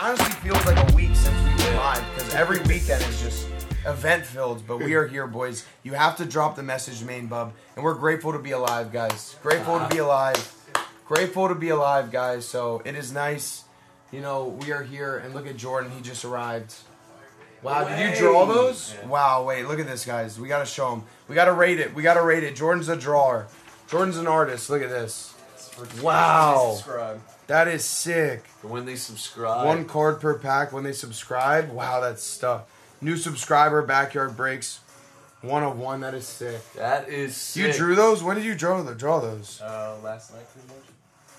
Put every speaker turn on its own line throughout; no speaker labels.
honestly feels like a week since we've been live because every weekend is just event filled. But we are here, boys. You have to drop the message, main bub, and we're grateful to be alive, guys. Grateful to be alive. Grateful to be alive, guys. So it is nice. You know, we are here, and look at Jordan. He just arrived. Wow, did you draw those? Wow, wait, look at this, guys. We gotta show him. We gotta rate it. We gotta rate it. Jordan's a drawer. Jordan's an artist. Look at this. Wow. That is sick.
When they subscribe,
One card per pack when they subscribe. Wow, that's stuff. New subscriber, backyard breaks. One of one. That is sick.
that is sick.
You drew those? When did you draw the draw those?
Uh, last night, pretty much.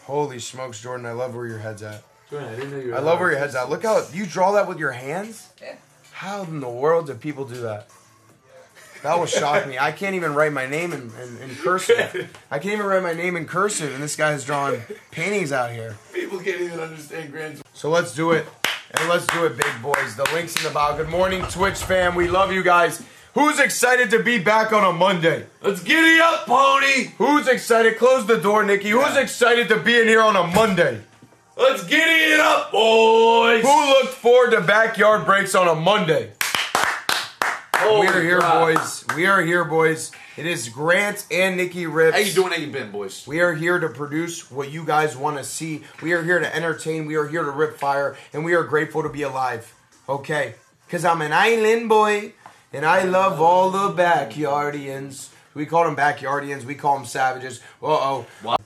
Holy smokes, Jordan! I love where your head's at.
Jordan, I didn't know you.
I love where your head's at. Look how you draw that with your hands.
Yeah.
How in the world do people do that? That will shock me. I can't even write my name in, in, in cursive. I can't even write my name in cursive, and this guy's drawing paintings out here.
people can't even understand Grant's.
So let's do it. And let's do it, big boys. The link's in the bio. Good morning, Twitch fam. We love you guys. Who's excited to be back on a Monday?
Let's giddy up, pony.
Who's excited? Close the door, Nikki. Who's excited to be in here on a Monday?
Let's giddy it up, boys.
Who looked forward to backyard breaks on a Monday?
Holy
we are here,
crap.
boys. We are here, boys. It is Grant and Nikki Rips.
How you doing? How you been, boys?
We are here to produce what you guys want to see. We are here to entertain. We are here to rip fire, and we are grateful to be alive. Okay, because I'm an island boy, and I love all the backyardians. We call them backyardians. We call them savages. Uh oh.
Wow.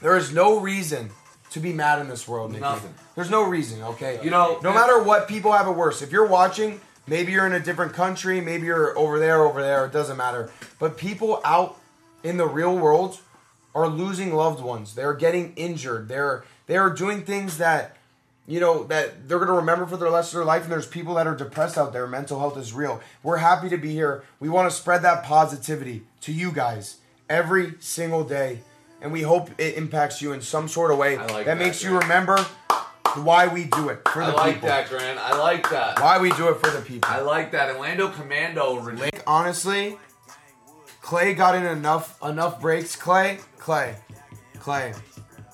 There is no reason to be mad in this world, Nikki.
Nothing.
There's no reason. Okay.
You know,
No matter what, people have it worse. If you're watching, maybe you're in a different country, maybe you're over there, over there, it doesn't matter. But people out in the real world are losing loved ones. They're getting injured. They're they're doing things that you know that they're gonna remember for the rest of their life. And there's people that are depressed out there. Mental health is real. We're happy to be here. We want to spread that positivity to you guys every single day, and we hope it impacts you in some sort of way
I like
that,
that,
makes you
man.
remember why we do it for
I
the
like
people.
that, Grant. I like that.
Why we do it for the people.
I like that. Orlando Commando. Renee.
Like, honestly, Clay got in enough enough breaks. Clay, Clay, Clay.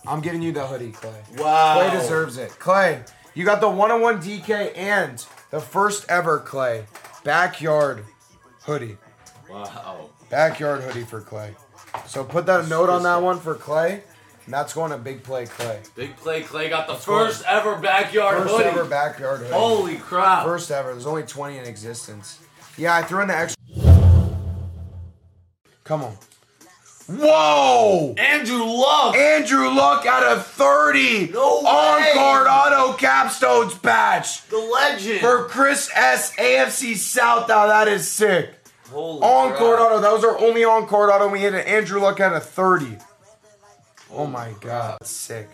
I'm giving you the hoodie, Clay.
Wow.
Clay deserves it. Clay, you got the one-on-one DK and the first ever Clay backyard hoodie.
Wow.
Backyard hoodie for Clay. So put that note on that one for Clay. And that's going to big play, Clay.
Big play. Clay got the
going.
first ever backyard
First
hoodie.
ever backyard hoodie.
Holy crap.
First ever. There's only 20 in existence. Yeah, I threw in the extra. Come on. Whoa!
Andrew Luck.
Andrew Luck out of 30
No
on
way!
card auto capstones patch
the legend.
for Chris S. AFC South. Now that is sick.
Holy
On
crap.
card auto. That was our only on card auto. We hit an Andrew Luck out of 30. Oh my god. That's sick.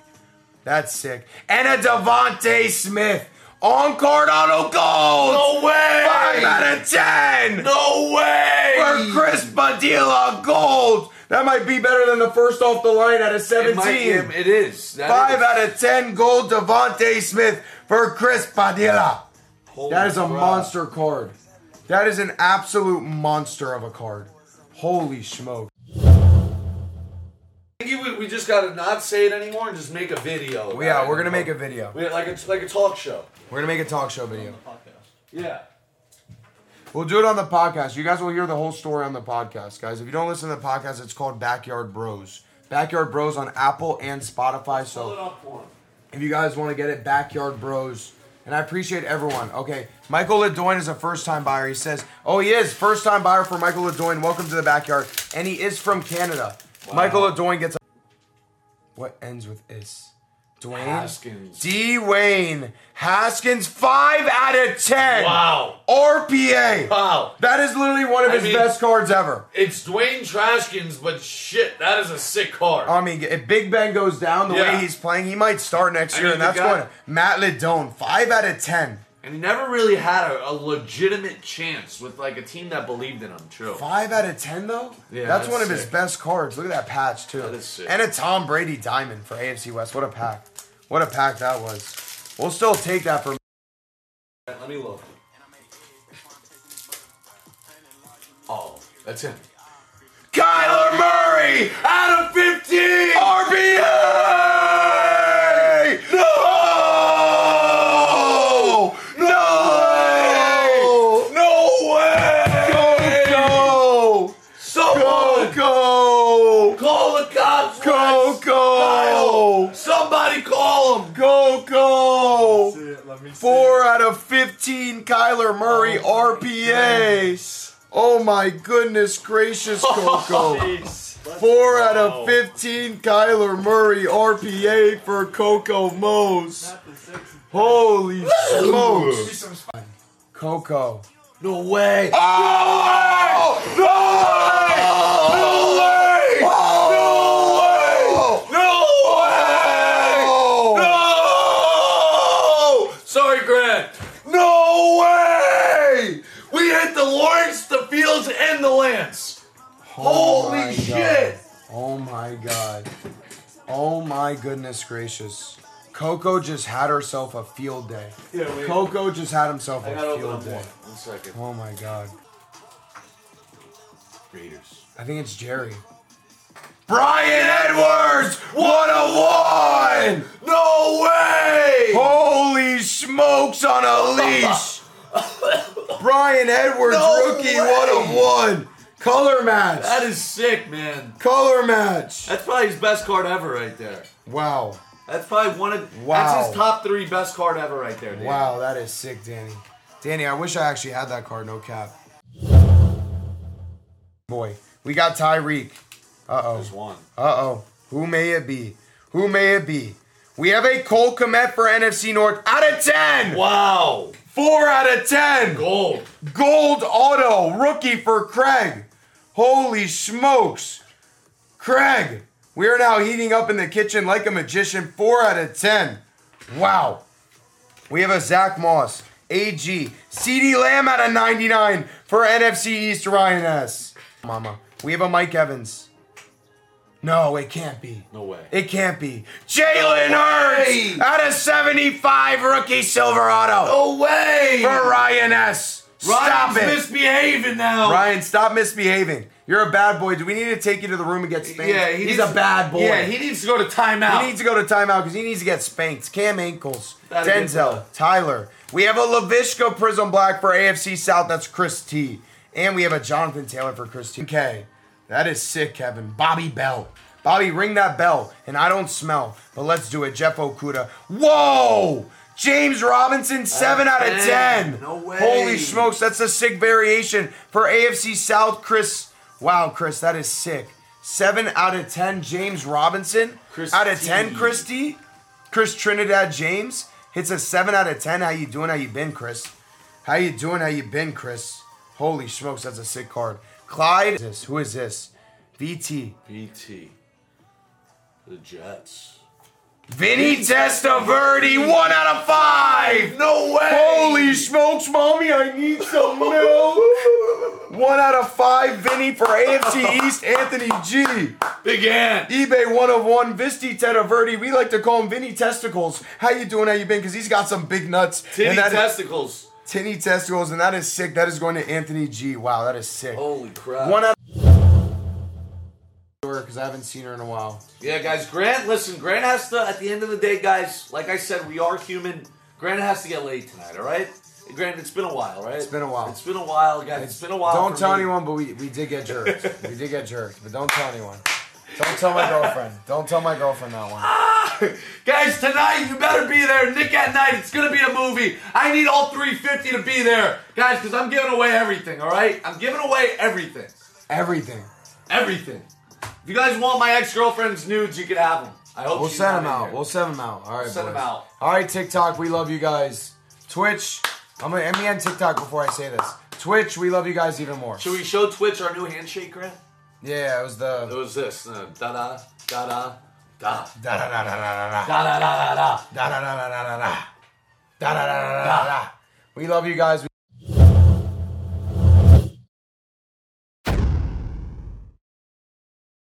That's sick. And a Devontae Smith on card auto gold.
No way.
Five out of ten
No way!
for Chris Padilla gold. That might be better than the first off the line at a
It might-
17.
it is. That
Five
is-
out of ten gold Devontae Smith for Chris Padilla.
Holy
That is a
crap.
monster card. That is an absolute monster of a card. Holy smoke.
I think we, we just gotta not say it anymore and just make a video. about
Yeah,
it.
we're gonna make a video.
We, like it's like a talk show.
We're gonna make a talk show video.
Yeah.
We'll do it on the podcast. You guys will hear the whole story on the podcast, guys. If you don't listen to the podcast, it's called Backyard Bros. Backyard Bros on Apple and Spotify. So if you guys want to get it, Backyard Bros. And I appreciate everyone. Okay, Michael Ledoyne is a first-time buyer. He says, "Oh, he is first-time buyer for Michael Ledoyne. Welcome to the backyard." And he is from Canada. Michael Ledoyne gets a- what ends with is Dwayne
Haskins.
D. Wayne Haskins five out of ten.
Wow.
RPA.
Wow.
That is literally one of
I
his
mean-
best cards ever.
It's Dwayne Trashkins, but shit, that is a sick card.
I mean, if Big Ben goes down the
Yeah.
way he's playing, he might start next
I
year,
mean,
and
the
that's
guy-
going Matt Ledone, five out of ten.
and he never really had a, a legitimate chance with like a team that believed in him. True.
Five out of ten though.
Yeah,
that's,
that's
one of his
sick.
best cards. Look at that patch too.
That is sick.
And a Tom Brady diamond for AFC West. What a pack! What a pack that was. We'll still take that for.
Let me look. Oh, that's him.
Kyler Murray
Out of fifteen.
RBA. No. Kyler Murray
Oh
RPAs. Oh my goodness gracious,
Oh,
Coco. Four out of 15 Kyler Murray RPA for Coco Mose. Holy smokes.
Some sp-
Coco.
No way.
Oh,
No! Sorry, Grant. No way! We hit the Lawrence, the Fields, and the Lance. Holy
my God.
shit.
Oh my god. Oh my goodness gracious. Coco just had herself a field day.
Yeah, wait.
Coco just had himself
I gotta
a
open
field
up
day.
one. One second.
Oh my god.
Raiders.
I think it's Jerry. Brian Edwards! What a one!
No way!
Holy smokes on a leash! Brian Edwards,
No
rookie,
way.
one of one. Color match.
That is sick, man.
Color match.
That's probably his best card ever, right there.
Wow.
That's probably one of.
Wow.
That's his top three best card ever, right there. Dude.
Wow, that is sick, Danny. Danny, I wish I actually had that card, no cap. Boy, we got Tyreek. Uh oh.
There's one.
Uh oh. Who may it be? Who may it be? We have a Cole Komet for NFC North out of 10.
Wow.
Four out of 10.
Gold.
Gold auto rookie for Craig. Holy smokes. Craig, we are now heating up in the kitchen like a magician. Four out of 10. Wow. We have a Zach Moss, AG, CD Lamb out of 99 for NFC East Ryan S. Mama. We have a Mike Evans. No, it can't be.
No way.
It can't be. Jalen Hurts out of 75 rookie silver auto
No way.
for Ryan S. Stop
Ryan's
it.
misbehaving now.
Ryan, stop misbehaving. You're a bad boy. Do we need to take you to the room and get spanked?
Yeah, he
he's
needs-
a bad boy.
Yeah, he needs to go to timeout.
He needs to go to timeout because he needs to get spanked. Cam Ankles,
That'd be
Denzel,
tough.
Tyler. We have a Lavishka Prism Black for AFC South. That's Chris T. And we have a Jonathan Taylor for Chris T. Okay, that is sick, Kevin. Bobby Bell. Bobby, ring that bell. And I don't smell, but let's do it. Jeff Okuda. Whoa! James Robinson, 7 out of 10.
No way.
Holy smokes, that's a sick variation for AFC South. Chris, wow, Chris, that is sick. 7 out of 10, James Robinson.
Chris
out of
T.
10, Christy. Chris Trinidad James hits a 7 out of 10. How you doing? How you been, Chris? How you doing? How you been, Chris? Holy smokes, that's a sick card. Clyde, this- who is this? VT.
BT. The Jets.
Vinny Testaverde, 1 out of 5.
No way!
Holy smokes, mommy, I need some milk. One out of five, Vinny for AFC East, Anthony G.
Big Ant!
eBay 101, Visti Tettaverdi. We like to call him Vinny Testicles. How you doing? How you been? Because he's got some big nuts.
Titty
and that is-
testicles.
tinny testicles, and that is sick. That is going to Anthony G. Wow, that is sick.
Holy crap.
One out because I haven't seen her in a while.
yeah, guys, Grant, listen, Grant has to, at the end of the day, guys, like I said, we are human. Grant has to get laid tonight, all right? Grant, it's been a while, right? It's
been a while.
It's been a while, guys. it's been a while.
Don't
for
tell
me.
anyone, but we, we did get jerked. we did get jerked, but don't tell anyone. Don't tell my girlfriend. Don't tell my girlfriend that one.
Guys, tonight you better be there. Nick at night. It's gonna be a movie. I need all 350 to be there, guys, because I'm giving away everything. All right, I'm giving away everything.
Everything.
Everything. If you guys want my ex-girlfriend's nudes, you can have them. I hope
We'll
she's
send
not
them
in
out.
here.
We'll send them out. All right,
send
boys.
'em out.
All right, TikTok, we love you guys. Twitch, I'm gonna let me end TikTok before I say this. Twitch, we love you guys even more.
Should we show Twitch our new handshake, Grant?
Yeah, it was
It
the
was this. Da da da da da
da da da da da da
da da da da.
da da da da da da da da da da da. We love you guys.